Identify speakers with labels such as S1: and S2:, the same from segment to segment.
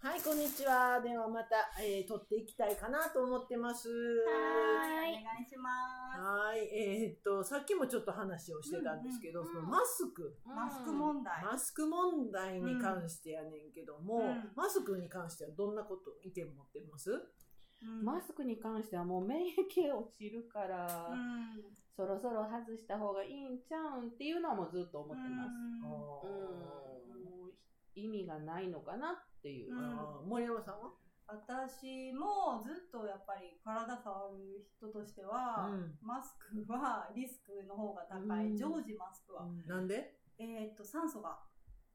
S1: はい、こんにちは。ではまた、えー、撮っていきたいかなと思ってます。
S2: はい。お願いします。
S1: はい、えーっと、さっきもちょっと話をしてたんですけど、
S2: うんうん
S1: そのマスク、
S2: マスク問題。
S1: マスク問題に関してやねんけども、
S2: うん
S1: マスクに関してはどんなこと意見持ってます？
S2: うん
S3: マスクに関してはもう免疫落ちるから、
S2: うん。
S3: そろそろ外した方がいいんちゃうんっていうのはもうずっと思ってま
S1: あ
S3: す。うん、もう意味がないのかなっていう。
S1: ー
S2: うん
S1: あー森山さんは？
S2: 私もずっとやっぱり体触る人としては、
S1: うん
S2: マスクはリスクの方が高
S3: う
S2: い。
S3: ん
S2: 常時マスクは。
S1: なんで？
S2: えーっと、酸素が、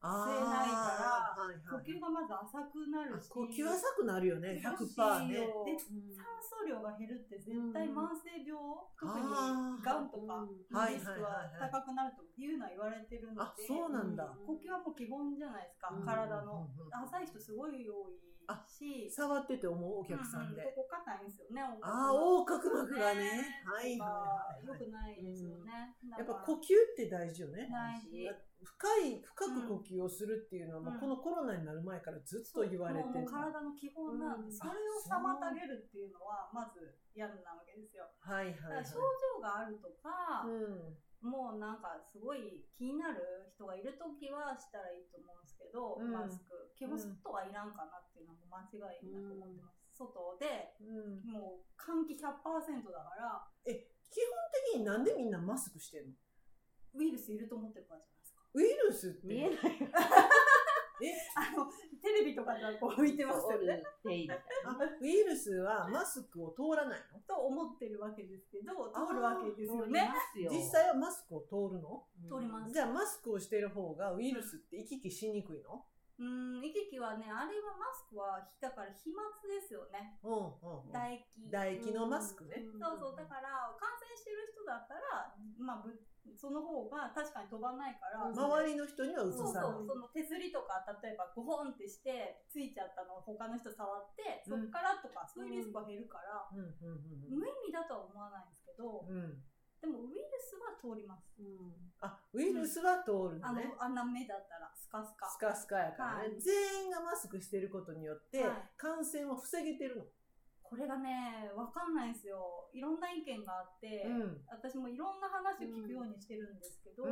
S1: あー
S2: 吸えないから
S1: はいはい
S2: 呼吸がまず浅くなる
S1: あ
S2: し。
S1: 呼吸浅くなるよね、
S2: 難し
S1: 100%
S2: い
S1: ね。
S2: よで
S3: うん
S2: 酸素量が減るって絶対慢性病、特に
S1: あー
S2: がんと
S1: は
S2: かの
S1: い
S2: リスクは高くなるというのは言われてるので、
S1: あ、そうなんだ。
S2: 呼吸はもう基本じゃないですか、
S3: うん
S2: 体
S1: うん
S2: の。
S1: うんうん
S2: 浅い人すごい多い
S1: あ
S2: し、
S1: 触ってて思うお客さんで。
S2: ううここ硬いんですよね、
S1: ああ、
S2: 横
S1: 横隔膜がね。はい
S2: ま
S1: は
S2: あ
S1: い
S2: 良
S1: はいはい。
S2: くないですよね。
S1: やっぱ呼吸っ
S2: 呼
S1: て大事よね。
S2: 大事
S1: 深い、深く呼吸をするっていうのは、もううんこのコロナになる前からずっと言われて
S2: もう
S1: る。
S2: 体の基本な
S3: う
S2: ん
S3: ん
S2: で、それを妨げるっていうのはまず嫌なわけですよ。
S1: はいはいはい
S2: だから。症状があるとか、もうなんかすごい気になる人がいるときはしたらいいと思うんですけど、
S1: うん
S2: マスク。基本外はいらんかなっていうのはもう間違いなく思ってます。外で、
S1: うん。うん。
S2: もう換気100%だから、
S1: え、基本的になんでみんなマスクしてんの
S2: ウイルスいると思ってるからじゃないですか。
S1: ウイルスって。
S3: 見えない
S2: あの、テレビとかではこう浮いてますよね。
S3: 手みたい
S1: あウイルスはマスクを通らないの
S2: と思ってるわけですけど、通るわけですよ
S3: な。
S2: ね。
S3: 通ります
S1: 実
S3: よ
S1: 際はマスクを通るの
S2: 通ります
S1: じゃあマスクをしてる方がウイルスって行き来しにくいの
S2: うん、行き来はね、あれはマスクは、だから飛沫ですよね。
S1: うんうんうん。
S2: 唾
S1: 唾液
S2: 液。
S1: のマスクね。
S2: そうそう、だから、感染してる人だったら、まあ、ぶその方が確かに飛ばないか
S3: うん
S2: ら、
S1: 周りの人にはうつ
S2: そう
S1: さな
S2: そう、
S1: い。
S2: その手すりとか、例えば、ゴホンってして、ついちゃったのを他の人触って、そっからとか、そういうリスクは減るから、
S1: うんうん
S2: 無意味だとは思わないんですけど
S1: う、んうん。うん。
S2: でも、ウイルスは通ります。
S3: うん
S1: あ、ウイルスは通る
S2: あ
S1: の
S2: の
S1: ね。、
S2: あんな目だったら、スカスカ。
S1: スカスカやからね、
S2: はい
S1: 全員がマスクしてることによって
S2: はい
S1: 感染は防げてるの。
S2: これがね、わかんないんですよ。いろんな意見があって、
S1: うん。
S2: 私もいろんな話を聞くようにしてるんですけど、
S1: う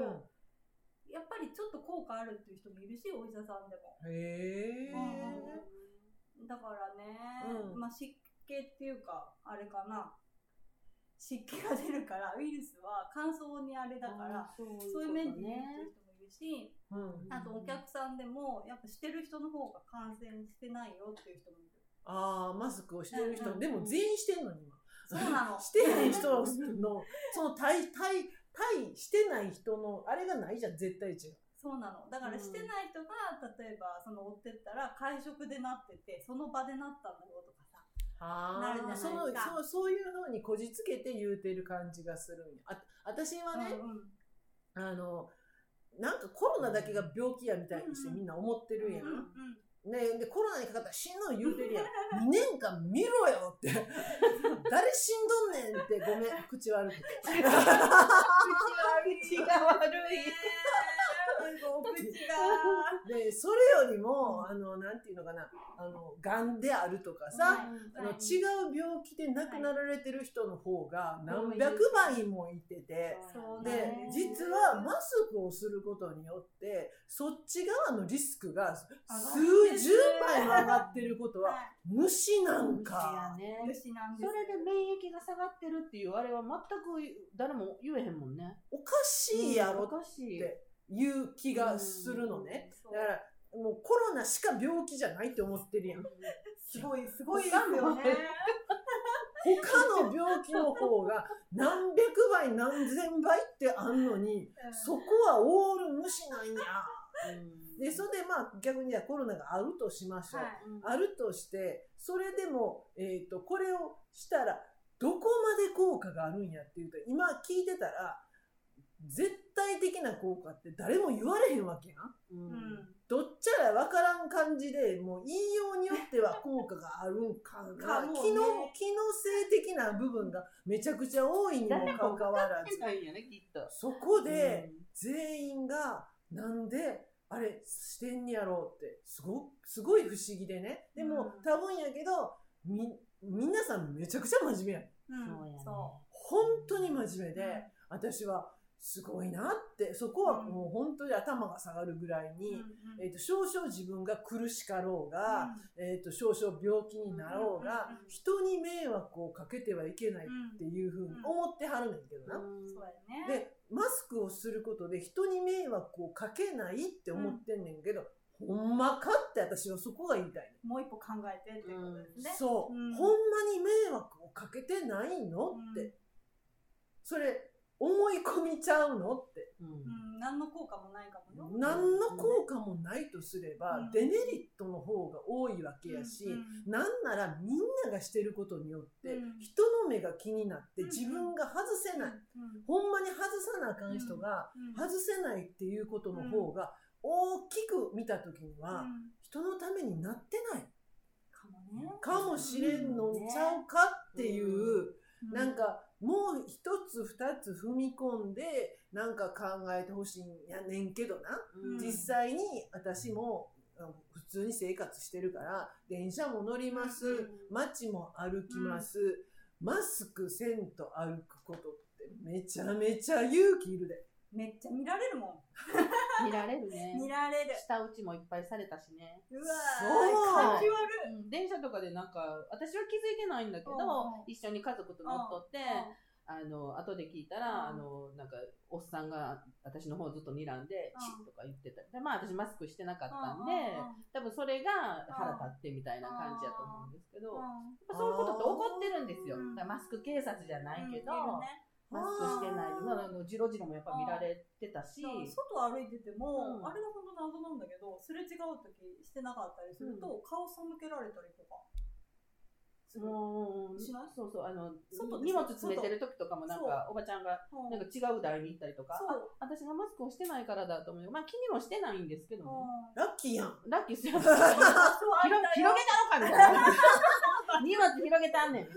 S2: やっぱりちょっと効果あるっていう人もいるし、お医者さんでも。
S1: ん。へえ。
S2: だからね、
S1: うん
S2: まあ湿気っていうか、あれかな。湿気が出るから、ウイルスは乾燥にあれだから、
S3: あーそう
S2: そういう面で言
S3: ね
S2: ってる人もいるし、
S1: うん。
S2: あとお客さんでも、やっぱしてる人の方が感染してないよっていう人もいる。
S1: ああ、マスクをしてる人、
S2: うん
S1: でも全員してんのに今。
S2: そうなの。
S1: してない人の、その対、対、対してない人の、あれがないじゃん、絶対違う。
S2: そうなの。だからしてない人が、例えば、その追ってったら、会食でなってて、その場でなったんだろうとかさ。なるじゃないです
S1: そ
S2: か
S1: のそうそういうふうにこじつけて言うてる感じがするんやあ私はね、
S2: うんうん
S1: あのなんかコロナだけが病気やみたいにして
S2: うん
S1: みんな思ってるやん、
S2: うんうん
S1: ね、でコロナにかかったら死んどん言うてるやん2 年間見ろよって誰死んどんねんってごめん口悪く て
S3: 口が悪い。
S2: お口が。
S1: でそれよりもあのなんていうのかなあのがんであるとかさ、
S2: はい
S1: あの違う病気で亡くなられてる人の方が何百倍もいてて、
S2: そうなん
S1: で
S2: ね
S1: 実はマスクをすることによってそっち側のリスクが数十倍も上がってることは
S2: は
S1: 虫なん
S3: か
S1: か。
S3: ね
S2: い。虫なん
S3: そ
S2: です。
S3: れで免疫が下がってるっていうあれは全く誰も言えへんもんね。
S1: おかしいや
S3: うんお
S1: ろ
S3: かしい。
S1: ていう気がするのね。
S2: そ
S1: だ
S2: う。
S1: からもうコロナしか病気じゃないって思ってるやん。
S2: すごい、すごいですよね。
S1: 他の病気の方が何百倍何千倍ってあんのに、
S2: うん
S1: そこはオール無視なんや。
S3: うん
S1: で、それでまあ逆にコロナがあるとしましょう。
S2: はい。
S3: うん
S1: あるとして、それでも、えっ、と、これをしたら、どこまで効果があるんやっていうと、今聞いてたら、絶対的な効果って誰も言われへんわけやん。
S3: うん
S2: うん。
S1: どっちゃらわからん感じで、もう言いようによっては効果があるんかな。
S2: かもね
S1: 機能、機能性的な部分がめちゃくちゃ多いにも
S3: 誰
S1: か
S3: も
S1: か
S3: か
S1: わ
S3: からって
S1: ず
S3: ないんやね、きっと。
S1: そこで
S3: うん、
S1: 全員がなんであれしてんやろうってすごすごい不思議でねでも、
S2: うん
S1: 多分やけどみ皆さんめちゃくちゃ真面目やん
S2: うん
S3: そうやね。
S2: そ
S1: 本当に真面目
S2: う
S1: で、私はすごいなってそこはもう本当に頭が下がるぐらいに、えー、と少々自分が苦しかろうが、えー、と少々病気になろうが、
S2: うんうんうんうん
S1: 人に迷惑をかけてはいけないっ
S2: って
S1: いうふうに思ってはるねんだけどな。
S2: そうやね
S1: でマスクをすることで人に迷惑をかけないって思ってんねんけど、ほんまかって私はそこが言いたいね
S2: もう一歩考えてっていうことですね、
S1: そう、
S2: うん
S1: ほんまに迷惑をかけてないのって、
S2: うん
S1: それ思い込みちゃうのって
S3: うん
S2: うん、何の効果もないかもよ。
S1: 何の効果もないとすれば、
S2: うん
S1: デメリットの方が多いわけやし、
S2: うん
S1: なんならみんながしてることによって、
S2: うん
S1: 人の目が気になって自分が外せない、
S2: うん
S1: ほんまに外さなあかん人が、
S2: うん
S1: 外せないっていうことの方が大きく見た時に
S2: う
S1: は
S2: ん
S1: 人のためになってない
S2: かもね。
S1: かもしれんのちゃうかっていう
S2: う
S1: なん、かもう一つ二つ踏み込んでなんか考えてほしいんやねんけどな
S2: うん
S1: 実際に私もあの普通に生活してるから電車も乗ります
S2: うん
S1: 街も歩きますマスクせんと歩くことってめちゃめちゃ勇気いるで。
S2: めっちゃ見られるも
S3: 見られるね
S2: ん。。見られる。
S3: 舌打ちもいっぱいされたしね。
S2: うわ
S1: そう
S2: ー、感じ悪い。
S3: うん電車とかでなんか私は気づいてないんだけど、
S2: うん
S3: 一緒に家族と乗っとって、あの後で聞いたら、あ
S2: うん
S3: のなんかおっさんが私の方ずっと睨んで、
S2: うん
S3: チッとか言ってたりでまあ私マスクしてなかったんで、
S2: う
S3: 多分それが腹立ってみたいな感じやと思うんですけど、
S2: ん
S3: やっぱ
S2: うん
S3: そういうことって怒ってるんですよ、
S2: うん
S3: だからマスク警察じゃないけど、
S2: うん
S3: マスクしてないまああのジロジロもやっぱ見られてたし、
S2: いるね外歩いてても、
S3: うん
S2: あれが本当謎なんだけど、すれ違う時してなかったりすると、顔背けられたりとか。する
S3: もう
S2: しない
S3: そうそうあの
S2: 外で
S3: 荷
S2: すよ
S3: 物詰めてる時とかもなんかおばちゃんが
S2: うん
S3: なんか違う台に行ったりとか、
S2: そう。
S3: あ私がマスクをしてないからだと思うよ。まあ気にもしてないんですけどね。
S2: うん
S1: ラッキーやん。
S3: ラッキーっすよ。広
S2: そうあれだよ
S3: 広げたのかみたいな。 荷物広げたんねん。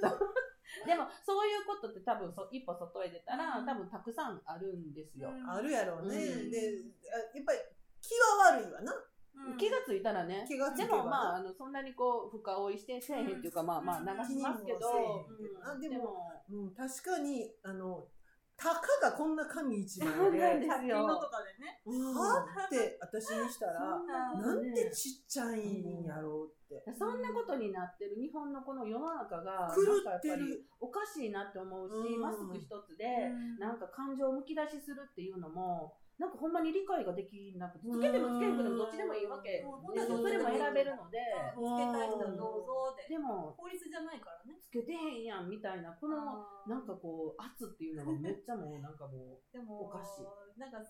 S3: でもそういうことって多分そ一歩外へ出たら、
S2: うん
S3: 多分たくさんあるんですよ。
S2: うん
S1: あるやろうね。
S3: うん
S1: で、あやっぱり気は悪いわな。
S2: うん
S3: 気がついたらね。
S1: 気がつ
S3: で
S1: けば
S3: もまああのそんなにこう深追いしてせえへんっていうか、
S2: うん
S3: まあまあ流しますけ
S1: 気にも、
S3: ど
S1: せえへん
S3: うん
S1: けどなでも
S3: でも
S1: うん、確かに、あの、たかがこんな紙一 枚
S3: そう
S1: で、
S3: なんです
S2: 100均のとかでね。
S1: はあって私にしたら、
S2: そん
S1: な
S3: なね
S1: んでちっちゃいんやろうって。
S3: そんなことになってる日本のこの世の中が
S1: 狂って
S3: なんかやっぱり
S1: る。
S3: おかしいなって思うし、
S1: うん
S3: マスク一つで、
S2: うん
S3: なんか感情をむき出しするっていうのも、なんかほんまに理解ができなくて、つけてもつけなくてもどっちでもいいわけ。
S2: もう
S1: う
S2: 本
S1: ん
S3: で、
S2: 当
S3: どっちで
S2: に
S3: も選べるので、
S2: つけたい人はどうぞで。
S3: でも、
S2: 法律じゃないからね。
S3: つけてへんやんみたいな、この、
S2: あー
S3: なんかこう、圧っていうのがめっちゃもう、なんかも
S2: でも
S3: おかし
S2: なんかね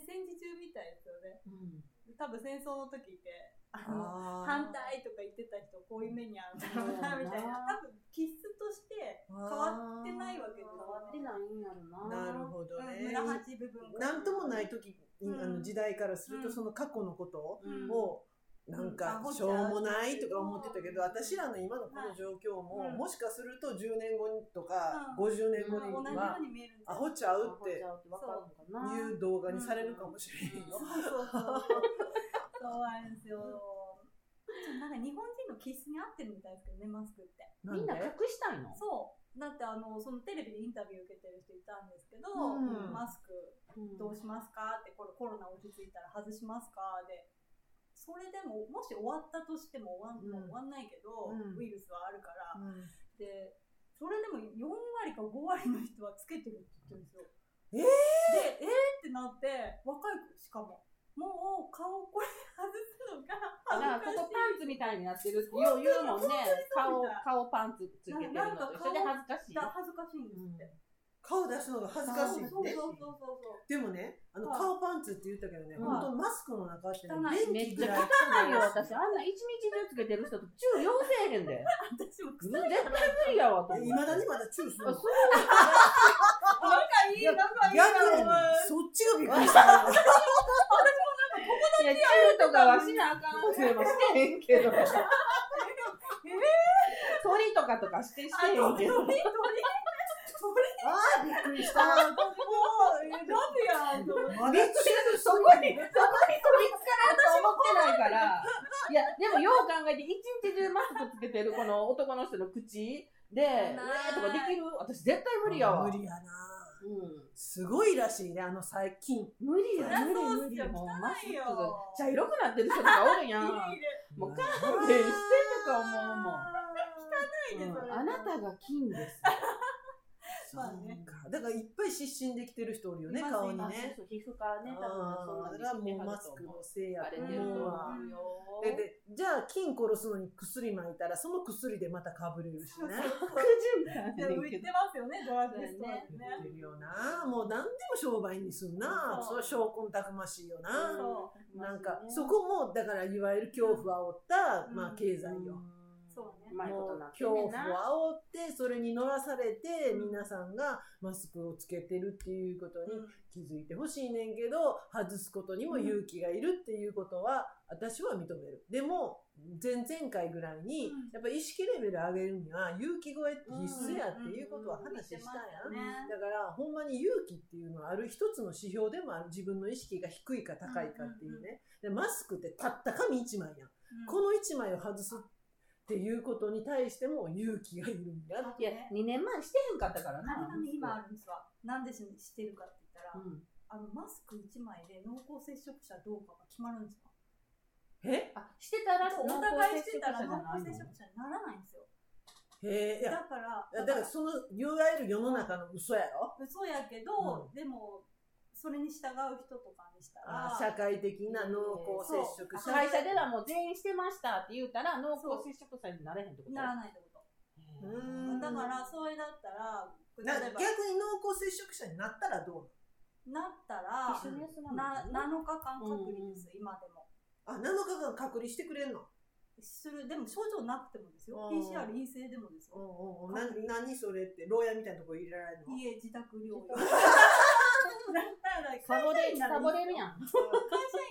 S2: 戦時中みたいですよね
S3: う、うん、
S2: 多分戦争の時ってあ
S1: あ
S2: の
S1: ー
S2: 反対とか言ってた人こういう目に遭う
S3: うん
S2: なみたいな多分気質として
S1: 変
S2: わってないわけで変わっ
S3: 出ないんやろな。
S1: なるほど
S2: うん
S1: ね。
S2: 村八部分
S1: なんともない時に、あ
S2: う
S1: の
S2: ん
S1: 時代からすると、
S2: うん
S1: その過去のことを、
S3: うん
S1: もうなんかしょうもないとか思ってたけど
S2: うん
S1: 私らの今のこの状況も
S2: うん
S1: もしかすると10年後にとか
S2: う
S1: 50年後
S2: 同
S1: に
S2: じよ
S1: は
S2: うに見えるんです
S1: アホちゃ
S3: ア
S1: うっ
S3: ホち
S1: て
S3: ゃうってわかるのかな。
S1: いう動画にされるかもしれへんよ。
S2: そうそうそうそうなんですよちょっとなんか日本人の気質に合ってるみたいですけどねマスクって
S1: な
S3: みん
S1: んで
S3: な隠したいの
S2: そうだってあのそのテレビでインタビュー受けてる人いたんですけど、
S1: うん
S2: マスクどうしますかってこれコロナ落ち着いたら外しますかでそれでももし終わったとしても
S1: うん
S2: 終わん,、終わんないけど、
S1: うん
S2: ウイルスはあるから、
S1: うん
S2: でそれでも4割か5割の人はつけてるって言ってるんですよ。でえー、ってなって若い子しかももう顔これ外すのが
S3: だから
S2: 恥ず
S3: ここ
S2: か
S3: パンツ
S2: しい
S3: みたいになってるって言う言うもんね顔
S2: 本当にそうみたい
S3: 顔パンツつけてるの
S2: なんか
S3: と一緒で恥ずかしい
S2: だ恥ずかしいんですって。
S1: 顔出すのが恥ずかしい
S2: そう
S1: って
S2: そうそうそうそう
S1: でもねあの
S2: はい
S1: 顔パンツって言ったけどね
S3: はい
S1: 本当マスクの中ってね
S2: 汚い
S1: 電
S3: めっ
S1: 気
S3: ち
S1: ぐら
S3: ゃ
S1: い
S3: 汚いよ私あんな一日中つけてる人とチュー要せえへんで
S2: 私も
S3: 絶
S2: 臭い
S3: 対無理やわと思
S1: い
S3: う
S1: まだにまだチューする
S3: あ
S1: の
S3: そう
S2: 仲いい仲いい
S1: 逆にそっちがびっくりした
S3: いやチューとかはしなあかんっていうのしてへんけど
S2: えー
S3: 鳥とかとか指定し
S2: あ
S3: て
S2: 鳥
S3: よ
S2: 鳥
S3: けど。
S2: 鳥鳥
S1: あー、びっくりした。
S2: もうラブやんと思って
S1: まだつける
S3: そ
S1: そ
S3: こ
S1: こ
S3: に、
S1: に。
S3: そこに取りつかれると思ってないから。いや、でもよう考えて、一日中マスクつけてるこの男の人の口で、
S2: ない
S3: ねとかできる私絶対無理やわ。
S1: 無理
S3: や。
S1: やな。
S3: うん。
S1: すごいらしいね、あの最近。
S3: 無理や、無理無
S2: そりゃそうっすよ
S3: 理。もうマスクが
S2: 汚いよ
S3: 茶色くなってる人とかおるや ん。
S2: 入れ
S3: もう勘弁してとか思うもん。
S2: 入れ汚いねそれ
S3: うんあなたが金です。
S2: まあね
S1: そうかだからいっぱい失神できてる人おるよね、
S2: います
S1: 顔に
S3: まあ
S1: ね。
S3: そうそう皮膚からね、多
S1: あー
S3: 分そん
S1: だか
S3: な
S1: ら
S3: ん
S1: もうマスクのせいや
S3: バ
S1: と
S3: レ
S1: 思
S3: てると思
S1: う
S3: う
S1: わ。で
S3: よ。
S1: でじゃあ菌殺すのに薬撒いたらその薬でまたかぶれるし
S2: そう
S1: ね。
S2: でも売ってますよね、ドラッグストアで
S1: 言っ
S2: ね。
S1: てるよなもう何でも商売にすんなそう
S2: そ
S1: れ証拠たくましいよな、
S2: そ
S1: なんかそこもだからいわゆる恐怖を煽った、
S2: うん
S1: まあ、経済よ、
S2: そうね
S3: うまいこ
S1: も
S3: と
S1: う
S3: なって
S1: 恐
S3: ん
S1: 怖
S3: ね
S1: を
S3: んな。
S1: 煽ってそれに乗らされて
S2: うん
S1: 皆さんがマスクをつけてるっていうこと
S2: う
S1: に気づいてほしいねんけど外すことにも勇気がいるっていうことは私は認めるでも前々回ぐらいに
S2: うん
S1: やっぱ意識レベル上げるには勇気超えって必須やっていうことは話したやん
S2: うんうんうんうん
S1: だからほんまに勇気っていうのはある一つの指標でもある自分の意識が低いか高いかっていうね、でマスクってたった紙一枚やん、この一枚を外すっていうことに対しても勇気がいるんだ
S3: いや、2年前してへんかったからな。
S2: 体に今あるんですわ。なんでしてるかって言ったら、
S3: うん
S2: あのマスク一枚で濃厚接触者どうかが決まるんですよ。
S1: え
S3: あ、してたら
S2: お互いしてたら濃厚接触者にならないんですよ。
S1: へえいや
S2: だから、
S1: だからそのいわゆる世の中の嘘やろ
S2: 嘘やけど、でも、それに従う人とかにした
S1: あ
S2: ら、
S1: 社会的な濃厚接触
S2: そう
S1: 者
S3: 会社ではもう全員してましたって言うたら濃厚接触者になれへんってこと
S2: ならないってこ
S3: へ
S2: と。
S1: う
S3: ー
S1: ん
S2: だから、それだったら、
S1: な
S2: 例え
S1: 逆
S2: ば、
S1: に濃厚接触者になったらどうなの
S2: なったら、
S3: 一緒に休ま
S2: な
S3: ないの
S2: 7日間隔離です、今でも。
S1: あ7日間隔離してくれんの
S2: する、でも症状なくてもですよ。
S1: うん
S2: PCR 陰性でもですよ。
S1: おな何それって牢屋みたいなとこ入れられるの
S2: 家自宅療養。だ ったら
S3: サボれ、
S2: なら
S3: サボれるやん。
S2: 会社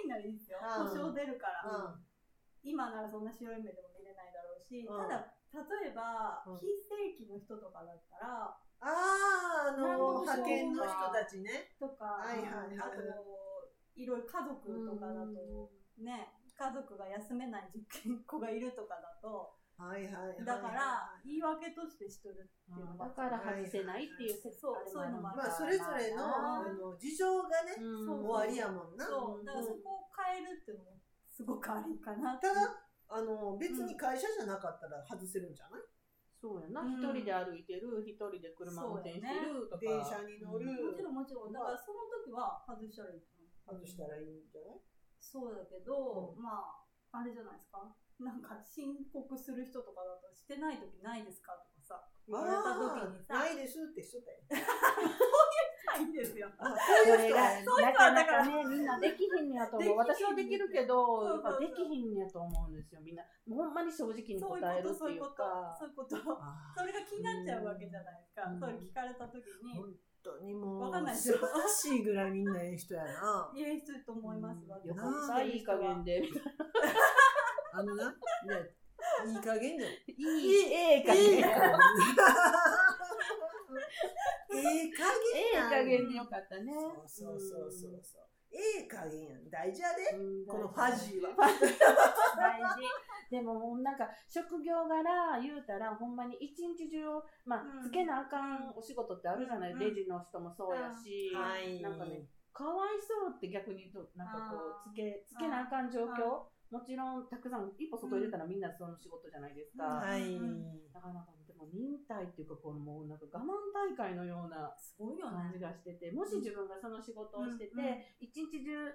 S2: 員ならいいですよ。
S1: うん
S2: 故障出るから。
S1: うん
S2: 今ならそんな白い目でも見れないだろうし、
S1: うん
S2: ただ、例えば、
S1: うん
S2: 非正規の人とかだったら、
S1: ああ、あ
S2: なんでも
S1: の、派遣の
S2: そう
S1: 人
S2: か
S1: たちね。
S2: とか、
S1: はいはい
S2: あ
S1: はい
S2: と、いろいろ家族とかだと、ね、家族が休めない実験子がいるとかだと、
S1: はいはいはい。
S2: だから、言い訳としてしとるっていうのが
S3: だから外せないっていう説
S2: そう
S3: あれ
S2: そういうのもある
S1: まあ、それぞれの、あの、事情がね、
S3: うん
S2: そう
S1: 終わりやもんな。
S2: そう、だからそこを変えるっていうのも、すごくありかなって。
S1: ただ、あの、別に会社じゃなかったら外せるんじゃない
S3: そうやな、
S2: うん
S3: 一人で歩いてる、一人で車運転してるとか。
S1: 電車に乗る
S3: うん
S2: もちろんもちろん、だからその時は外したらいいと思う
S1: 外したらいいんじゃない
S2: そうだけど、まあ、あれじゃないですか。なんか申告する人とかだと、してない時ないですかとかさ、言われた時にさ、
S1: ないですって人だよ。
S2: ないんですよ。
S1: あ、こ
S3: こ
S1: ういう
S3: れ
S1: 人
S3: が
S1: は、
S3: なかなかね、みんなできひんのやと
S2: でき
S3: 思
S2: ひ
S3: う。
S2: ん
S3: 私はできるけど、
S2: そ
S3: や
S2: う
S3: っ
S2: そうそ
S3: ぱ
S2: う
S3: できひんやと思うんですよ、みんな。ほんまに正直に
S2: そう
S3: 答
S2: いう
S3: える
S2: こと、
S3: って
S2: そうい
S3: いうう
S2: こと
S3: か、。
S2: そういうこと。
S1: あ
S2: それが気になっちゃうわけじゃないですか。
S3: うん
S2: それ聞かれた時
S1: ー
S2: に
S1: 本、当にも
S2: わかんな
S1: う、
S2: い
S1: 素晴らしいぐらいみんなええ人やな。
S2: 言える人と思いますわ。
S1: うんよ
S3: よか
S1: か
S3: っ、
S1: った
S2: た
S3: いい加減で。い
S1: あのな、ねいい加減じゃない
S3: い、ええ
S1: ええ加
S3: 加
S1: 減。ええ
S3: 減。ええ
S1: 加減やん。
S3: 加減でよかったね。
S1: そうそうそうそう。ええ加減やん。大事やで。
S3: うん。
S1: このファジーは。
S3: 大事。でも、なんか、職業柄言うたら、ほんまに一日中、ま
S2: う
S3: あ、
S2: ん
S3: つけなあかんお仕事ってあるじゃない、
S2: うん
S3: レジの人もそうやし、
S1: はい。
S3: なんかね、かわいそうって逆に言うと、なんかこ
S2: あー
S3: う、つけ、つけなあかん状況もちろん、たくさん、一歩外に出たらみんなその仕事じゃないです
S2: うん
S3: か。
S1: はい。
S3: なかなか、でも忍耐っていうか、このもうなんか我慢大会のような
S2: すごいよ
S3: 感じ
S2: ね。
S3: がしてて、もし自分がその仕事をしてて
S2: うんうん、
S3: 一日中、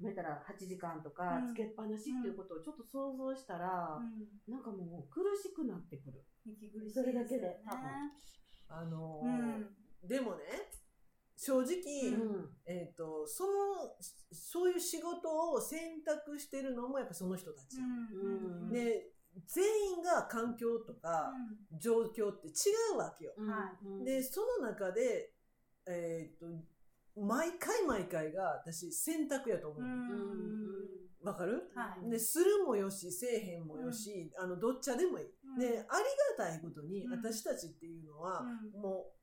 S3: 見たら8時間とか
S2: う
S3: つ
S2: ん
S3: けっぱなしっていうことをちょっと想像したら、
S2: うん。
S3: なんかもう苦しくなってくる。
S2: 息苦しい
S3: それだ
S2: です
S3: け
S2: よ
S3: で
S2: ね。
S3: 多分
S1: あのー
S2: うん。
S1: でもね、正直、
S3: うん。
S1: えっ、と、その、そういう仕事を選択してるのもやっぱその人たちや、
S2: うん。うん。
S1: で、全員が環境とか状況って違うわけよ。
S3: う
S2: は
S3: ん
S1: で、その中で、えっ、と、毎回毎回が私選択やと思
S2: う
S1: う。
S2: ん
S1: わ、かる
S2: はい
S3: うん
S1: で、するもよし、せえへんもよし、あの、どっちゃでもいい。
S2: うん
S1: で、ありがたいことに、
S2: うん
S1: 私たちっていうの
S2: う
S1: は、
S2: ん
S1: もう、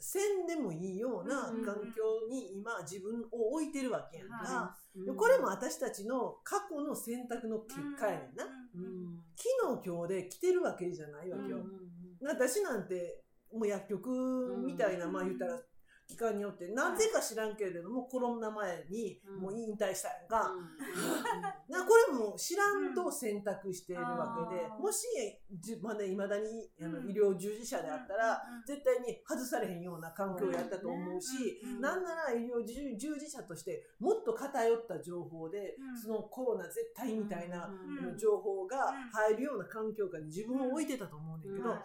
S1: せんでもいいような
S3: うん
S1: 環境に今自分を置いてるわけやんか、
S2: は
S1: でこれも私たちの過去の選択の結果やねんな。
S2: うんうん
S1: 昨日今日で来てるわけじゃないわけよ。私なんてもう薬局みたいな、
S2: うん
S1: まあ言ったら期間によってなぜか知らんけれども、コロナ前に
S3: うん
S1: もう引退したやんか、なこれも知らんと選択しているわけで、
S2: うんあー
S1: もしじまだいまだにあの
S2: うん
S1: 医療従事者であったら、
S2: うんうん
S1: 絶対に外されへんような環境やったと思うし、
S2: うんうん
S1: なんなら医療従従事者としてもっと偏った情報で、
S2: うん
S1: そのコロナ絶対みたいな、
S2: うんうん
S1: 情報が入るような環境下に自分を置いてたと思うねんだけど、
S2: はい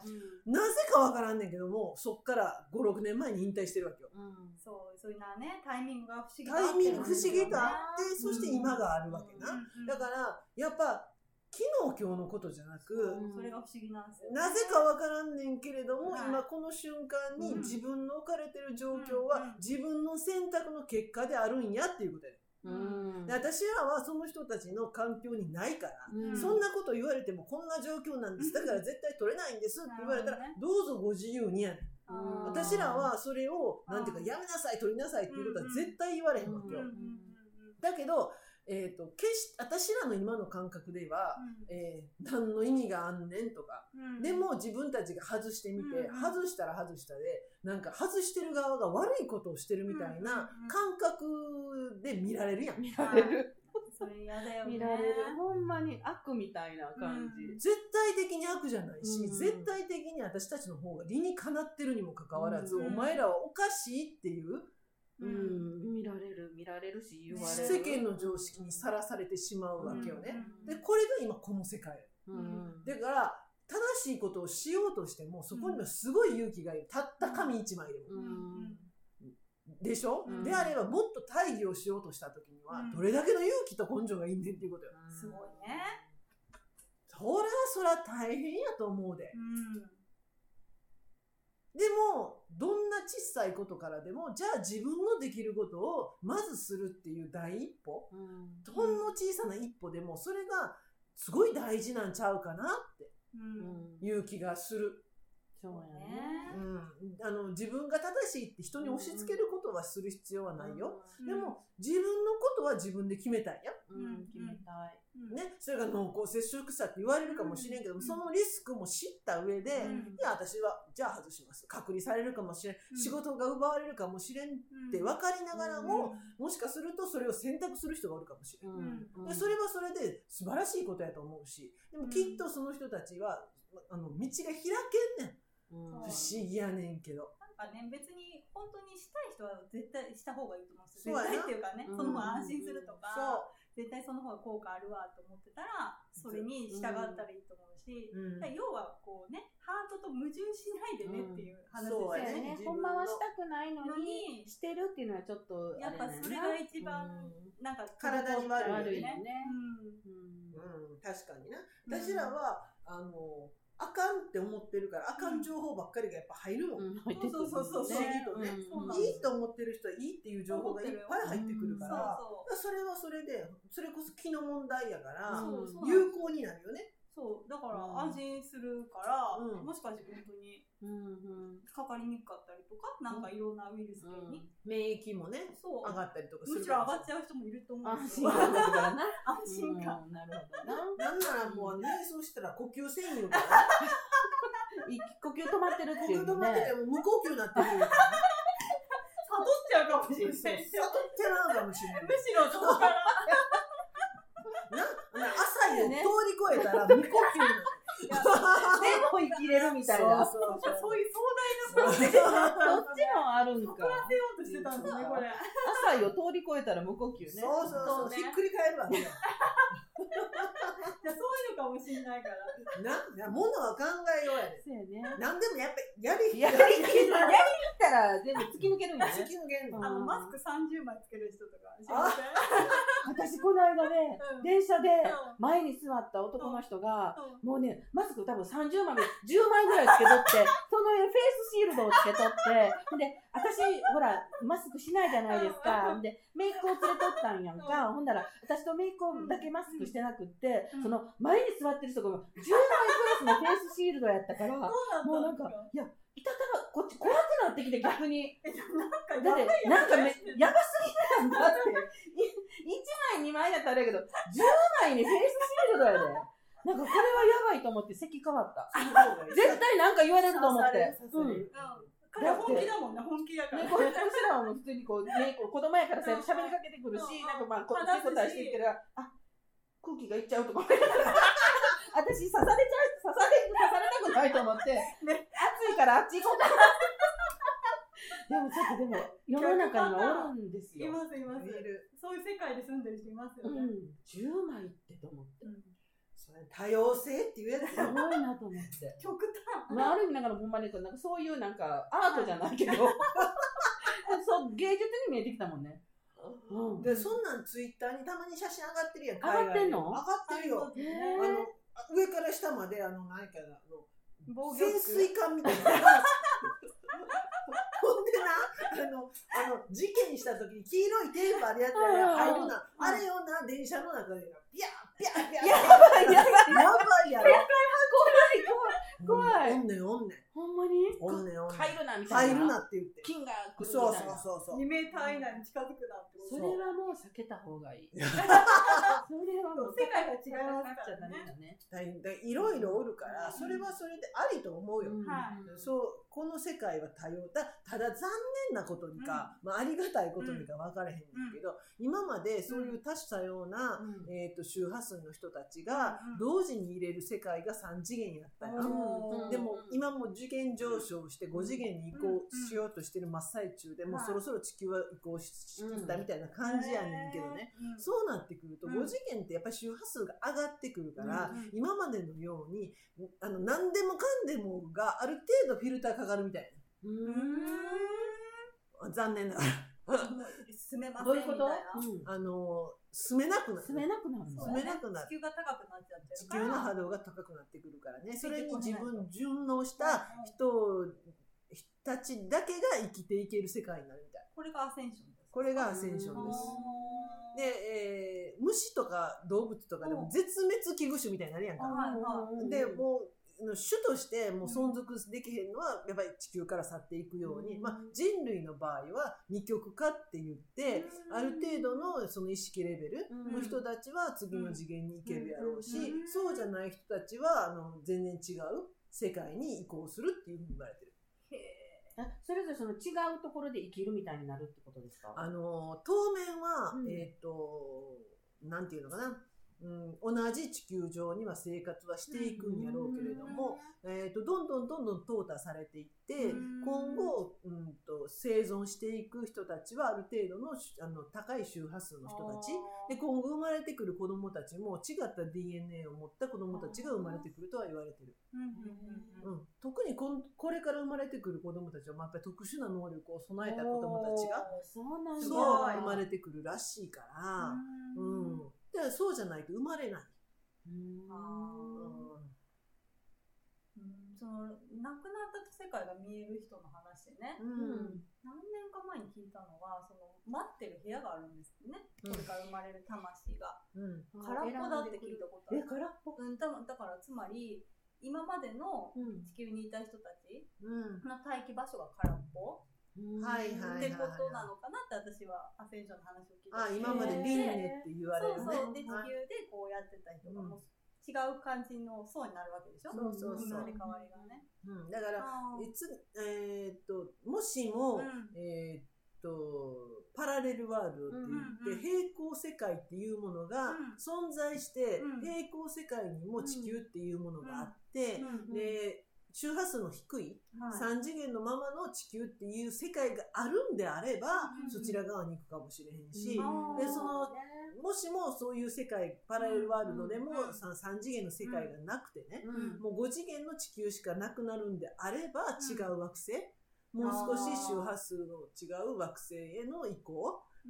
S1: なぜかわからんねんけどもそっから56年前に引退してるわけよ。
S2: そうそういうなねタイミングが不思議と
S1: タイミング不思議とあ
S2: あ
S1: っ
S2: って
S1: てそして今があるわけ
S2: るんだよ
S1: な。
S2: ねうんうん
S1: だからやっぱ昨日今日のことじゃな
S2: そう
S1: く
S2: それが不思議なんですよね
S1: なぜかわからんねんけれども
S2: はい
S1: 今この瞬間に
S2: うん
S1: 自分の置かれてる状況
S2: うんうん
S1: は自分の選択の結果であるんやっていうことやねんで私らはその人たちの環境にないから
S2: うん
S1: そんなこと言われてもこんな状況なんです。だから絶対取れないんですって言われたら
S2: なる、
S1: どうぞご自由にやねん。
S2: あー
S1: 私らはそれを、
S2: あー
S1: なんていうか、やめなさい、取りなさいっていうことは絶対言われへんわけ
S2: うんうん
S1: よ
S2: うん。うん
S1: だけど、えっ、と、決し、私らの今の感覚では、えー何の意味があんねんとか、
S2: うん
S1: でも自分たちが外してみて
S2: うん、
S1: 外したら外したで、なんか外してる側が悪いことをしてるみたいな感覚で見られるやん。
S2: それ嫌だよね
S3: 見られるほんまに悪みたいな感じ
S1: 絶対的に悪じゃないし、
S3: うん
S1: 絶対的に私たちの方が理にかなってるにもかかわらず、
S3: うん
S1: お前らはおかしいっていう
S2: うん
S3: うん見られる見られるし言われる
S1: 世間の常識にさらされてしまうわけよね。
S2: うん
S1: でこれが今この世界。
S3: うん
S1: だから正しいことをしようとしてもそこにはすごい勇気がいるたった紙一枚でも。
S3: うん
S1: でしょ、
S3: うん
S1: であればもっと大義をしようとした時には
S2: うん
S1: どれだけの勇気と根性がいんねんっていうことよ。
S2: すごいね
S1: そらそら大変やと思うで。
S2: うん
S1: でも、どんな小さいことからでも、じゃあ自分のできることをまずするっていう第一歩。
S3: うん
S1: ほんの小さな一歩でも、それがすごい大事なんちゃうかなって
S2: うん
S1: いう気がする。
S3: そう
S2: そう
S3: やね
S2: ね
S1: うん。あの、自分が正しいって人に押し付けることはする必要はないよ。でも、自分のことは自分で決めたいや。
S3: うん決めたい
S2: うん
S1: ね。それが濃厚接触者って言われるかもしれんけど
S2: う
S1: も、
S2: ん
S1: そのリスクも知った上で、
S2: うん
S1: じゃあ私は、じゃあ外します。隔離されるかもしれん
S2: う。ん
S1: 仕事が奪われるかもしれんって分かりながらも、もしかするとそれを選択する人がおるかもしれ
S3: うん
S2: う
S1: ない。でそれはそれで素晴らしいことやと思うし、でもきっとその人たちは、あの、道が開けんねん。
S3: うん
S2: 不
S1: 不思議やねんけど。
S2: なんかね、別に本当にしたい人は絶対した方がいいと思うんです
S1: そう
S2: よ。
S1: やな
S2: 絶対っていうかね、
S3: うん
S2: その方が安心するとか、
S1: そ
S2: 絶対その方が効果あるわと思ってたら、それに従ったらいいと思うし、
S1: う。うん
S2: だから要はこうね、ハートと矛盾しないでねっていう話です
S1: うん
S2: よ
S1: そうや
S3: そうや
S2: ね。
S3: ねほんまはしたくないのに
S2: のに
S3: してるっていうのはちょっとあ
S2: やっぱ
S3: ねんな
S2: それが一番
S3: うん
S2: なんか
S1: 体に悪
S3: 悪
S1: い
S3: い
S1: よ
S3: よ
S2: ね。
S3: ね
S2: うん
S3: うん
S1: うん、確かにな。私ら、は、あの、あかんって思ってるから、あかん情報ばっかりがやっぱ入るもん。
S3: うん入ってくる
S2: そうそうそうそう
S3: ね
S1: 不思議とね
S3: うん
S2: そうなん
S1: いいと思ってる人はいいっていう情報がいっぱい入ってくる
S2: そ
S1: か
S2: う
S1: ら、
S2: そう。
S1: それはそれで、それこそ気の問題やから、
S2: そうそう
S1: 有効になるよね。
S2: そう、だか
S3: うん
S2: ら安心するから、
S1: うん
S2: もしかして本当に
S3: うんうん
S2: かかりにくかったりとか、なんかいろんなウイルス系に。
S1: 免疫もね、
S2: そう。
S1: 上がったりとかす
S2: む
S1: る
S2: しろ上が
S1: か
S2: っちゃう人もいると思うんで
S3: 安
S2: す
S3: 心
S2: よ。
S3: 感
S2: 安
S3: だからな
S2: 心感。
S3: うんなるほどな
S1: なんならもう、瞑想したら呼吸繊維が、
S3: 息呼吸止まってるっ
S1: 呼
S3: てい
S1: 吸
S3: う
S1: 止
S3: の
S1: まってて
S3: ね
S1: も無呼吸になってるよね。
S2: 悟っちゃうかもしれない。むし
S1: そうそう悟ってなのかもしれ ない。
S2: ろそこから。
S1: な朝日を通り越えたら無呼吸になる。
S3: でも生きれるみたいな
S1: そうそうそう
S2: そういう壮大
S1: そう
S2: なプロセス
S3: どっちもあるん
S2: をら
S3: か
S2: せようとしてたんですね、これ。
S3: 朝を通り越えたら無呼吸ね
S1: そうそうそう、
S2: そうね
S1: ひっくり返るわけよ。
S2: じゃあそういうのかもしれないから。
S1: な、な、ものは考えようやで。
S3: そうやね
S1: なんでもやっぱり、やり
S3: やりきったら全部突き抜けるんや
S1: 突
S3: ね
S1: き抜けんの。
S2: あの、
S3: うん
S2: マスク30枚つける人とか、知りません
S3: 私この間ね
S2: うん
S3: 電車で
S2: うん
S3: 前に座った男の人が
S2: そう
S3: もうね、マスク多分30枚で10枚ぐらいつけとって、その上フェイスシールドをつけとって、で、私私、ほら、マスクしないじゃないですか。で、メイクを連れとったんやんか。ほんだら、私とメイクだけマスクしてなくって、
S2: うん
S3: その、前に座ってる人が10枚プラスのフェイスシールドやったから、も
S2: も
S3: うなんか、いや、いたたら、こっち怖くなってきて逆に。
S2: え、でもなんか
S3: だ
S2: や
S3: っ
S2: ばい
S3: て、
S2: や
S3: なんかめ
S2: つしてる、
S3: やばすぎなんだって。1枚、2枚だったらあれやけど、10枚にフェイスシールドやで。なんかこれはやばいと思って席変わった。絶対なんか言われると思って。うん。
S2: 彼本気だもんね、本気だから。
S3: ね、こう、私らはもう普通にこう、ね、こう子供やからさ、喋りかけてくるし、なんかまあ、こう、手答えしていったら、あ、空気がいっちゃうとか。私、刺されちゃう、刺され、刺されたくないと思って、
S2: ね
S3: 暑いからあっち行こうかな。でもちょっとでも、世の中にはおるんです
S2: い
S3: よ。
S2: ます、います。そういう世界で住んでる人います
S3: う
S2: よ
S3: ん
S2: ね。、
S3: 10枚ってと思って。
S2: うん
S1: それ多様性って言うやつ
S3: すごいなと思 って。
S2: 極端。
S3: まあ、ある意味だからほんまにこうなんかそういうなんかアートじゃない けど、そう芸術に見えてきたもんね。うん
S1: でそんなんツイッターにたまに写真上がってるやん
S3: 上がってんの
S1: 海外上がってるよ
S2: ね
S1: あのあ上から下まであの何やっけなあの
S2: 防御服
S1: 潜水艦みたいな。ほんでな、あの、あの、事件した時に黄色いテープあれやったら入るな。
S3: うんうん
S1: あれよな、電車の中で、ピャーピャーピャー。
S3: やばいやばい
S1: やばいやろ。
S3: 怖い怖い
S1: うんおんねんおんねん。
S3: ほんまに
S1: おんねんおんねん。
S3: 入るなみたいな。
S1: 入るなって言って。
S3: 金が来るみたい
S1: そう
S3: な。
S1: そうそうそう。
S2: 2メーター以内に近づくなってこと
S3: それはもう避けた方がいい。それはもう
S2: 世界が違います
S3: なっ
S2: か
S3: ちゃダ
S2: ら
S3: メ
S2: ね。
S3: だね。
S1: だいだいいろいろおるから、
S2: うん
S1: それはそれでありと思うよ。
S3: うん
S2: は
S1: そうこの世界は多様だただ残念なことにか、まあ、ありがたいことにか分からへんねんけど、今までそういう多種多様な、
S3: うん
S1: えー、と周波数の人たちが
S2: うん
S1: 同時に入れる世界が3次元やったやん、
S2: うん
S1: でも
S3: うん
S1: 今もう次元上昇して5次元に移行しようとしてる真っ最中で、もう
S2: はい
S1: そろそろ地球は移行しし
S3: うん
S1: てたみたいな感じやねんけどね。。そうなってくると、
S2: うん
S1: 5次元ってやっぱり周波数が上がってくるから、
S2: うんうん
S1: 今までのようにあの何でもかんでもがある程度フィルターかかるみたい
S2: うん
S3: う
S2: うん
S1: な残念ながら
S2: ん。進めません
S3: どういうこと
S2: みたいな
S1: あの住めなくなる
S3: 住めなくなるの
S1: 住めなくなる
S2: 地球が高くなっちゃって
S1: 地
S2: るか
S1: 球の波
S2: ら。
S1: 動が高くなってくるからね
S2: つ
S1: そ
S2: いて
S1: れに
S2: こない
S1: 自分順応した人たちだけが生きていける世界になるみたい
S2: これがアセンションです。
S1: これがアセンションですで、えー虫とか動物とかで
S2: う
S1: も
S2: ん
S1: 絶滅危惧種みたいになるやんか
S2: あはい
S3: うん
S1: でもうあの種としてもう存続できへんのはやっぱり地球から去っていくように、
S3: うん
S1: まあ、人類の場合は二極化って言って、
S2: うん
S1: ある程度のその意識レベル
S3: うん
S1: の人たちは次の次元に行けるやろうし、
S2: うん
S1: そうじゃない人たちはあの全然違う世界に移行するっていうふうに言われてる。
S2: へ
S3: あそれぞれその違うところで生きるみたいになるってことですか
S1: あの当面は、
S3: うん
S1: えっ、となんていうのかな、うん、同じ地球上には生活はしていくんやろうけれ
S2: ー
S1: ども、えー、とどんどんどんどん淘汰されていって
S2: うん
S1: 今後、うん、と生存していく人たちはある程度のしあの高い周波数の人たちで今後生まれてくる子どもたちも違った DNA を持った子どもたちが生まれてくるとは言われてる、
S2: うんうんう
S1: う
S2: んうん
S1: ん、特にこんこれから生まれてくる子どもたちはまあやっぱり特殊な能力を備えた子どもたちが
S3: そうなんだ。
S2: おー
S1: そ
S2: す
S1: う
S2: ごい
S1: 生まれてくるらしいから、う
S2: うん
S1: んだからそうじゃないと生まれない。
S3: うん
S2: あうんその亡くなった世界が見える人の話でね、
S1: うん
S2: 何年か前に聞いたのはその待ってる部屋があるんですよね、これから生まれる魂が
S1: うん
S2: 空っぽだって聞いたことあ
S3: え、
S2: る、
S3: 空っぽ
S2: うん、だだからつまり今までの
S3: うん
S2: 地球にいた人たち
S1: うん
S2: の待機場所が空っぽ
S1: はいはい
S2: ってことなのかなって私はアセンションの話を聞いて
S1: あ今まで輪廻って言われるね。
S2: そうそうで地
S1: はい
S2: 球でこうやってた人が
S1: うん
S2: もう違う感じの層になるわけでしょ、
S1: そうそうそう
S2: 生まれ変わりがね。
S1: うん、だから
S2: あー
S1: いつ、えーっともしも、
S2: うん
S1: えーっとパラレルワールドって言って、
S2: うん
S1: 平行世界っていうものが
S2: うん
S1: 存在して、
S2: うん
S1: 平行世界にも地球っていうものがあって、
S2: うん
S1: で周波数の低い、
S2: はい
S1: 3次元のままの地球っていう世界があるんであれば、
S2: うん
S1: そちら側に行くかもしれへんし、
S2: うん
S1: でそのもしもそういう世界パラレルワールドでも、
S2: うん
S1: さ3次元の世界がなくてね、
S3: うん
S1: もう5次元の地球しかなくなるんであれば
S2: うん
S1: 違う惑星、もう少し周波数の違う惑星への移行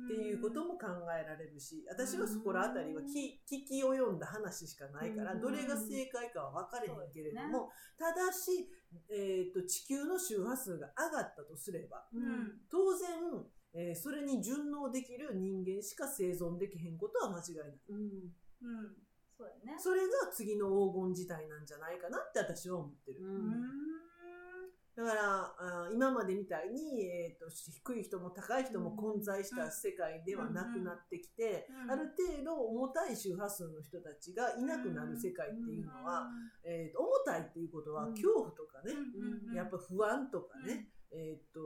S1: っていうことも考えられるし、私はそこら辺りは聞聞き及んだ話しかないから、
S2: うん
S1: どれが正解かは分かれへんけれど
S2: そうです
S1: も、ただし、えっと地球の周波数が上がったとすれば、
S2: うん
S1: 当然、えーそれに順応できる人間しか生存できへんことは間違いない。
S3: うん
S2: うんそうだね
S1: それが次の黄金時代なんじゃないかなって私は思ってる。
S3: う
S2: うんん
S1: だから、あー今までみたいに、えー、と低い人も高い人も混在した世界ではなくなってきて、
S2: うん
S1: ある程度重たい周波数の人たちがいなくなる世界っていうのは、えー、と重たいっていうことは
S3: うん
S1: 恐怖とか
S2: うん
S1: ね、
S2: うんうん
S1: やっぱ不安とかね、えっ、と、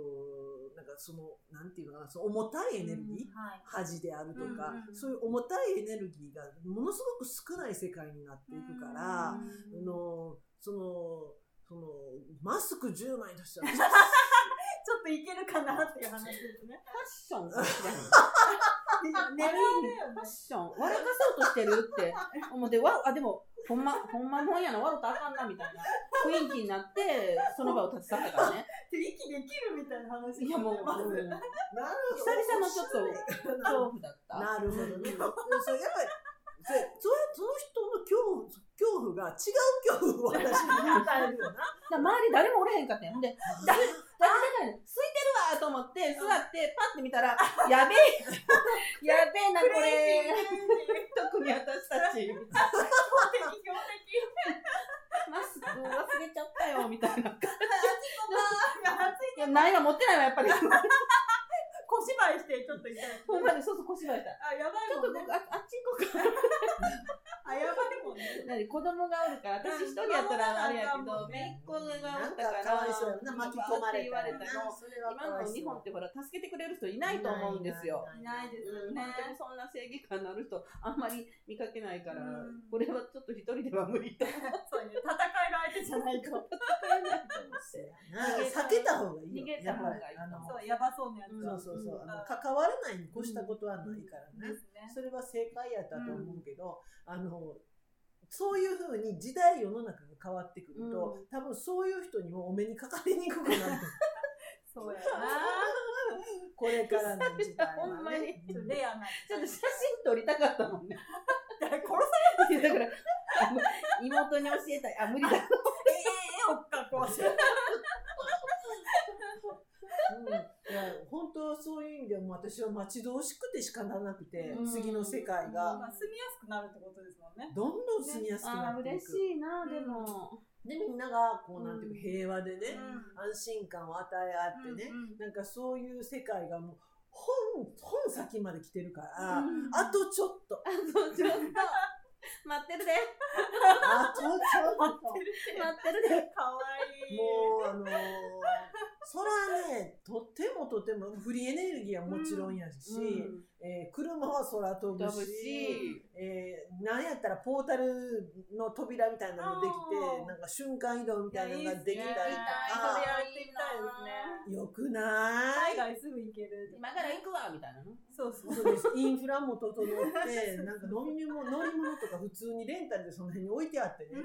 S1: なんかその、なんていうのかな、その重たいエネルギー、
S2: はい
S1: 恥であるとか、
S2: うんうん
S1: そういう重たいエネルギーがものすごく少ない世界になっていくから、あ
S2: うん
S1: のそのそのマスク10枚出した ら
S2: ちょっといけるかなっていう話ですね。
S3: ファッシ ョンかもしれない
S2: ね
S3: あれファッション笑かそうとしてるって思ってわあでもほんまほんまもんやな笑ったらあかんなみたいな雰囲気になってその場を立ち去ったからね
S2: 息できるみたいな話
S3: いやもう、うん、
S2: まず
S3: 久々
S2: うん
S3: のちょっ
S1: な
S3: と
S1: るほど
S3: 恐怖だった
S1: なるほどね。そうやっぱりそうそうその人の恐怖恐怖が違う恐怖を私に与えるよな。
S3: だから周り誰もおれへんかったんやほんで
S1: だ
S3: だから空いてるわと思って座ってパッて見たらやべえやべえなこれ特に私たち
S2: 標的標的
S3: マスク忘れちゃったよみたいな
S2: が熱い
S3: いやないわ持ってないわやっぱり
S2: 小芝居してちょっと痛い。
S3: ほんまにそうそう小芝居した
S2: あやば
S3: ち
S2: い
S3: ょっと
S2: もんね
S3: 僕。ああっち行こうか
S2: あやばいもんね。
S3: なに子供がおるから私一人やったらあれやけど姪っ子がおったから
S1: かわいそうやな巻き込まれ
S3: って言
S1: たら
S3: われ
S1: な
S3: たの
S1: それはかわい
S3: 今の
S1: そう
S3: 日本ってほら助けてくれる人いないと思うんですよ。
S2: いないです
S3: う
S2: よ
S3: ん、
S2: ね
S3: 本。当にそんな正義感のある人あんまり見かけないから、
S2: うん
S3: これはちょっと一人では無理と
S2: そうね。戦いの相手じゃない と。
S1: そうやな避けた方がいいよ。
S3: 逃げた方がいい
S1: やっぱりあの
S2: そうやばそうなやつ。
S1: そうそうそう、
S3: うん
S1: あの関わらないに越したことはないからね。
S2: ですね。
S1: それは正解やったと思うけど、あのそういうふうに時代世の中が変わってくると、
S3: うん
S1: 多分そういう人にもお目にかかりにくくなる
S2: そうや
S1: これからの時代は、ね、
S3: ほんまに
S2: な。ちょっ
S1: うん
S2: とレアな。
S3: ちょっと写真撮りたかったも んね
S2: 殺され
S3: いやだからあの妹に教えたいあ無理だ
S2: えをかこうして。
S1: うんいや本当はそういう意味でも私は待ち遠しくて仕方なくて、
S3: うん
S1: 次の世界が
S2: まあ住みやすくなるってことですもんね。
S1: どんどん住みやすくな
S3: あ
S1: っ
S3: ー
S1: てい
S3: 嬉
S1: く
S3: し、いなでも、
S1: でみんながこうなんていうか平和
S3: うん
S1: でね、
S2: う
S1: 安心感を与え合ってね、
S2: うん
S1: なんかそういう世界がもう本本先まで来てるから、
S3: うん
S1: あとちょっと、
S3: あそうちょっと 待ってるで
S1: あとちょっと。
S3: 待ってるで
S2: かわいい。
S1: もうあのー、そらね、とってもとてもフリーエネルギーはもちろんやし、えー車は空飛ぶし、
S3: 飛ぶし
S1: えーなんやったらポータルの扉みたいなのもでき
S2: あ
S1: て、
S2: ー
S1: なんか瞬間移動みたいなのができたりと
S2: いやいいっすね
S1: か
S2: それ、やってみたいですね
S1: よくな
S2: 海
S1: い
S2: 外すぐ行ける。
S3: 今から行くわみたいなの
S2: そうそう。
S1: そうですインフラも整 って、なんか飲み物乗り物とか普通にレンタルでその辺に置いてあってね、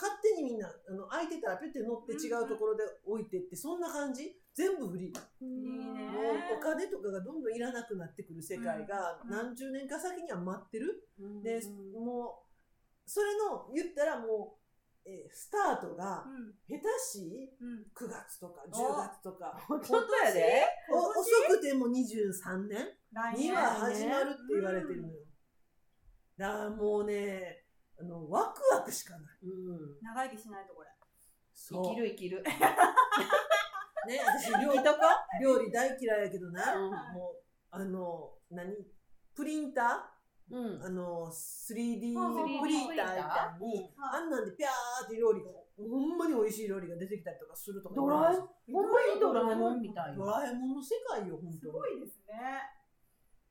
S1: 勝手にみんなあの空いてたらペッて乗って違うところで置いてってそんな感じ全部フリー
S2: いいね
S1: もうお金とかがどんどんいらなくなってくる世界が
S2: うん
S1: 何十年か先には待ってる
S3: うん
S1: で
S3: うん
S1: もうそれの言ったらもう、えースタートが
S2: うん
S1: 下手しい
S2: うん。
S1: 9月とか
S2: お
S1: 10月とか
S3: 本当やで
S1: お遅くても23年
S2: 来
S1: に
S2: 年
S1: は始まるって言われてるのよだからもうねあのワクワクしかない
S3: うん
S2: 長生きしないとこれ。
S1: そう
S3: 生きる生 きる
S1: ね 私料理
S3: とこ
S1: 料理大嫌いやけどな、
S3: うん
S1: もうあの何プリンタ
S3: うん
S1: ーあの 3D
S2: うん
S1: プリンターみたいに、
S3: うん
S1: あんなんでピャーって料理がほんまに美味しい料理が出てきたりとかするとか
S3: ドラえ
S1: ド
S3: ほんまにドラえもんみたいな。
S1: ラえもんの世界よ本
S2: す
S1: 当
S2: ごいですね。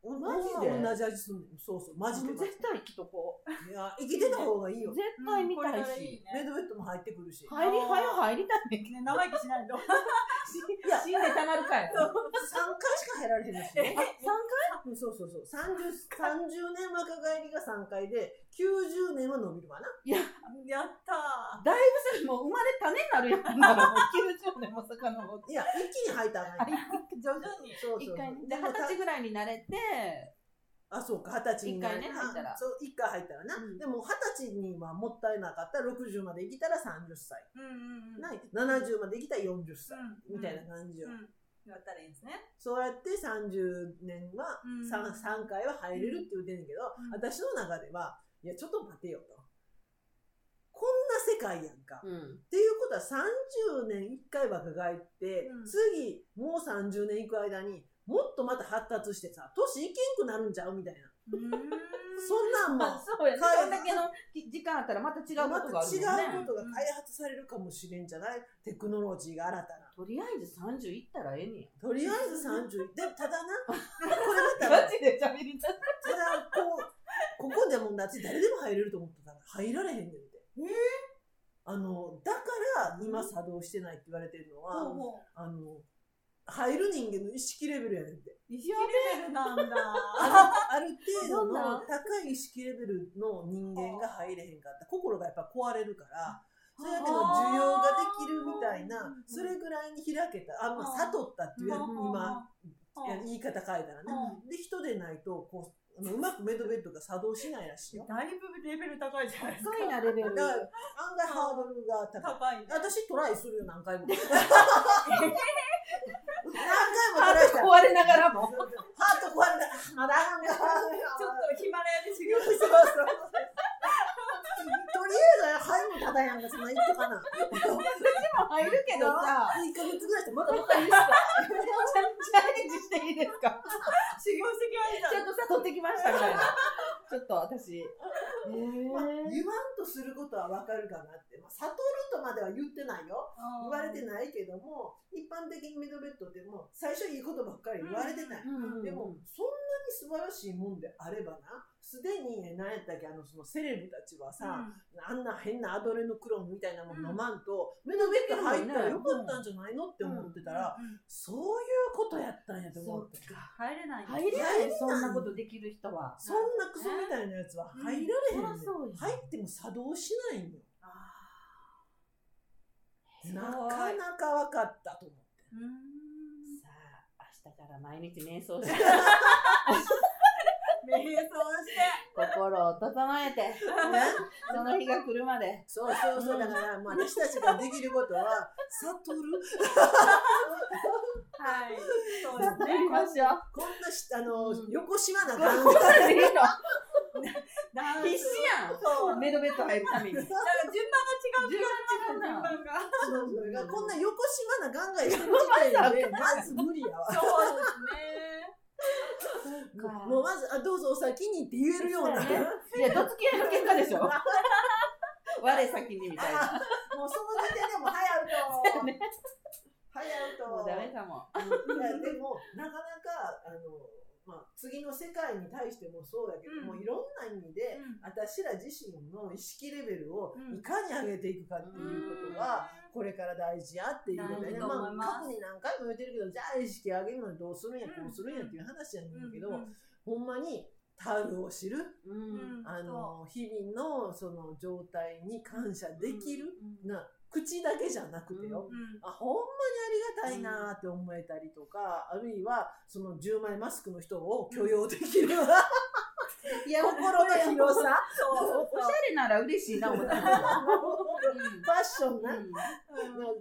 S1: に
S3: マジで
S1: ほんま同じ味すんねんそうそうマジで
S3: もう 絶対生きとこう。
S1: いや生きてた方がいいよ
S3: 絶対見たい
S2: これから
S3: し。
S1: メイ
S2: ね。
S1: ドベッドも入ってくるし3
S3: 入り、はよ入りたいねんけ
S2: ね長生き しないと。
S3: ど。死んでたまるかよ。
S1: 回しか入られへんのし
S3: あ、三回
S1: うんそうそうそう。30、30年若返りが3回で、90年は伸びるわな。
S2: やった
S3: だいぶすもう生まれ種になるやん。だからもう90年も遡って。
S1: いや、一気に入ったらあかんよ
S2: 徐々に。
S1: そうそうそ
S3: 一
S1: う。
S3: 回ね。
S1: で
S3: で、
S1: も
S3: 二
S1: た
S3: 十歳ぐらいになれて、
S1: あ、そうか、二十歳になる
S3: 一回ね入ったら
S1: そう、一回入ったらな。
S3: うん
S1: でも、二十歳にはもったいなかったら、60まで生きたら30歳。
S2: うんうんうん。
S1: ない。70まで生きたら40歳。
S2: うん
S1: みたいな感じよ。
S2: うん。やったらいいんですね。
S1: そうやって30年は、
S2: うん
S1: 三三3回は入れるって言ってんねんけど、
S2: うん
S1: 私の中では、いや、ちょっと待てよと。こんな世界やんか。っていうことは30年1回若返って、
S2: うん
S1: 次もう30年いく間にもっとまた発達してさ、年いけんくなるんちゃうみたいな。
S2: うーん。
S1: そんなんも
S3: あ、そうやね。
S1: はい
S3: そんだけのき時間あったらまた違うこと
S1: ま
S3: があるもんね。
S1: た違うことが開発されるかもしれんじゃないテクノロジーが新たな。
S3: とりあえず30いったらええね
S1: とりあえず30、でもただな、 これ
S3: や。
S1: また、ただ
S3: ジで喋りたい。
S1: こう、ここでもう私誰でも入れると思ってたら入られへんねんって。
S2: えー
S1: あの、だから今作動してないって言われてるのは、
S2: ほうほ
S1: あの、入る人間の意識レベルやねんって。
S2: う。意識レベルなんだ。
S1: あるある程度
S3: どん
S1: の
S3: な
S1: 高い意識レベルの人間が入れへんかった心がやっぱ壊れるからそれだけの需要ができるみたいな
S2: あー
S1: それぐらいに開けたあ、まあ、
S2: あー
S1: 悟ったっていうや 今いや
S2: うん
S1: 言い方変えたらねで人でないとこうあのうまくメドベッドが作動しないらしいよ
S2: だいぶレベル高いじゃないですか。
S3: そういうなレベ
S1: だ
S3: ル
S1: か。ら案外ハードルが高い
S2: 高いね。
S1: 私トライするよ何 回も何回もトライした
S3: 壊れなが
S1: ハ
S3: らも。
S1: ート壊れたまだあかんか
S2: ちょっとヒマラヤで修行
S1: そうそうとりあえず、ハイもただやんか、その一個かな。
S3: 入るけど さ、
S1: 一ヶ月ぐらいして、まだまだいいっす か。
S3: チャレンジしていいですか
S2: 修行してきまし
S3: ちょ
S2: た
S3: っ。とさ、取ってきましたみたい な。ちょっと私。え
S1: まあ
S3: ー
S1: 言わんとすることはわかるかなって、まあ、悟るとまでは言ってないよ。 言われて
S2: る。
S1: ないけども、一般的にメドベッドってもう、最初いいことばっかり言われてない。
S3: うん
S1: でも、そんなに素晴らしいもんであればな、すでに、何やったっけ、あの、そのセレブたちはさ、あんな変なアドレノクロンみたいなもん飲まんと、メドベッド入ったらよかったんじゃないのって思ってたら、
S2: うんうん
S1: そういうことやったんやと思って
S3: そっか
S2: 入れない。
S3: 入れない、そんなことできる人は。
S1: そんなクソみたいなやつは入られへんねん
S3: うんそらそうや
S1: 入っても作動しないのよ
S2: あー
S1: なかなか分かったと思って
S2: うーん
S3: さあ、明日から毎日瞑想して、
S2: 瞑想して。
S3: 心を整えて、
S1: ね
S3: その日が来るまで。
S1: そうそうそうだから、まあ、私たちができることは悟る
S2: は い。そう
S3: やって
S2: です
S3: み
S2: ね。
S3: ましょう。
S1: こんなしあの、
S3: うん
S1: 横しまなあかん
S3: これでいいの
S2: ダンス
S3: 必死やん。
S2: そう。
S3: メドベッド入るために。
S2: だから順番が違う気がします。
S3: 順番違うな
S2: 順番が。
S1: そうそうだからこんな横しまなガンガンしてる時点でまず無理やわ
S2: そうです
S1: もうまずあどうぞお先にって言えるような、
S3: そうやねいや、どつき合いの結果でしょ。 我先にみたいな。
S1: もうその時点でもう早うと
S3: ね
S1: 早うと
S3: もうダメかも。
S1: いやでもなかなかあの、まあ、次の世界に対してもそうだけど、
S2: うん
S1: もういろんな意味で、
S2: うん
S1: 私ら自身の意識レベルを
S2: うん
S1: いかに上げていくかって
S2: ね。
S1: いうことが、これから大事やっていうことで、
S2: 大事
S1: ね
S2: だと思
S1: ま
S2: い
S1: あ、
S2: ます
S1: 過去に何回も言ってるけどじゃあ意識上げるのにどうするんや
S2: うん
S1: こうするんやっていう話やねんけど、
S2: うんうん
S1: ほんまにタオルを知る、
S3: うん。
S1: あの日々のその状態に感謝できる、
S3: うん
S1: な口だけじゃなくてよ、
S3: うん
S2: うん
S1: あほんまにありがたいなって思えたりとか、あるいはその10枚マスクの人を許容できる ような
S3: いや、
S1: 心の広さ
S2: そう。
S3: おしゃれなら嬉しいな、思った。うん
S1: ファッションな、
S3: うん
S1: な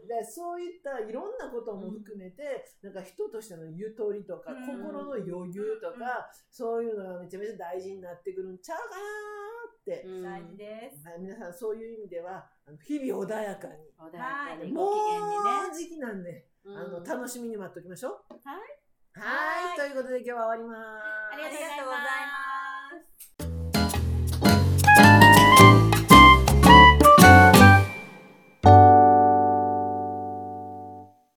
S1: でそういったいろんなことも含めて、なんか人としてのゆとりとか、
S2: うん
S1: 心の余裕とか、
S2: うん
S1: そういうのがめちゃめちゃ大事になってくるんちゃうかなーって、
S2: 大事です。
S1: はい皆さんそういう意味ではあの日々穏やかに。
S3: 穏やかに
S1: もう
S3: ご機嫌にね。
S1: 時期なんで、あの
S3: うん
S1: 楽しみに待っておきましょう。
S3: はい
S1: はい。
S2: はい
S1: ということで今日は終わります。
S2: ありがとうございます。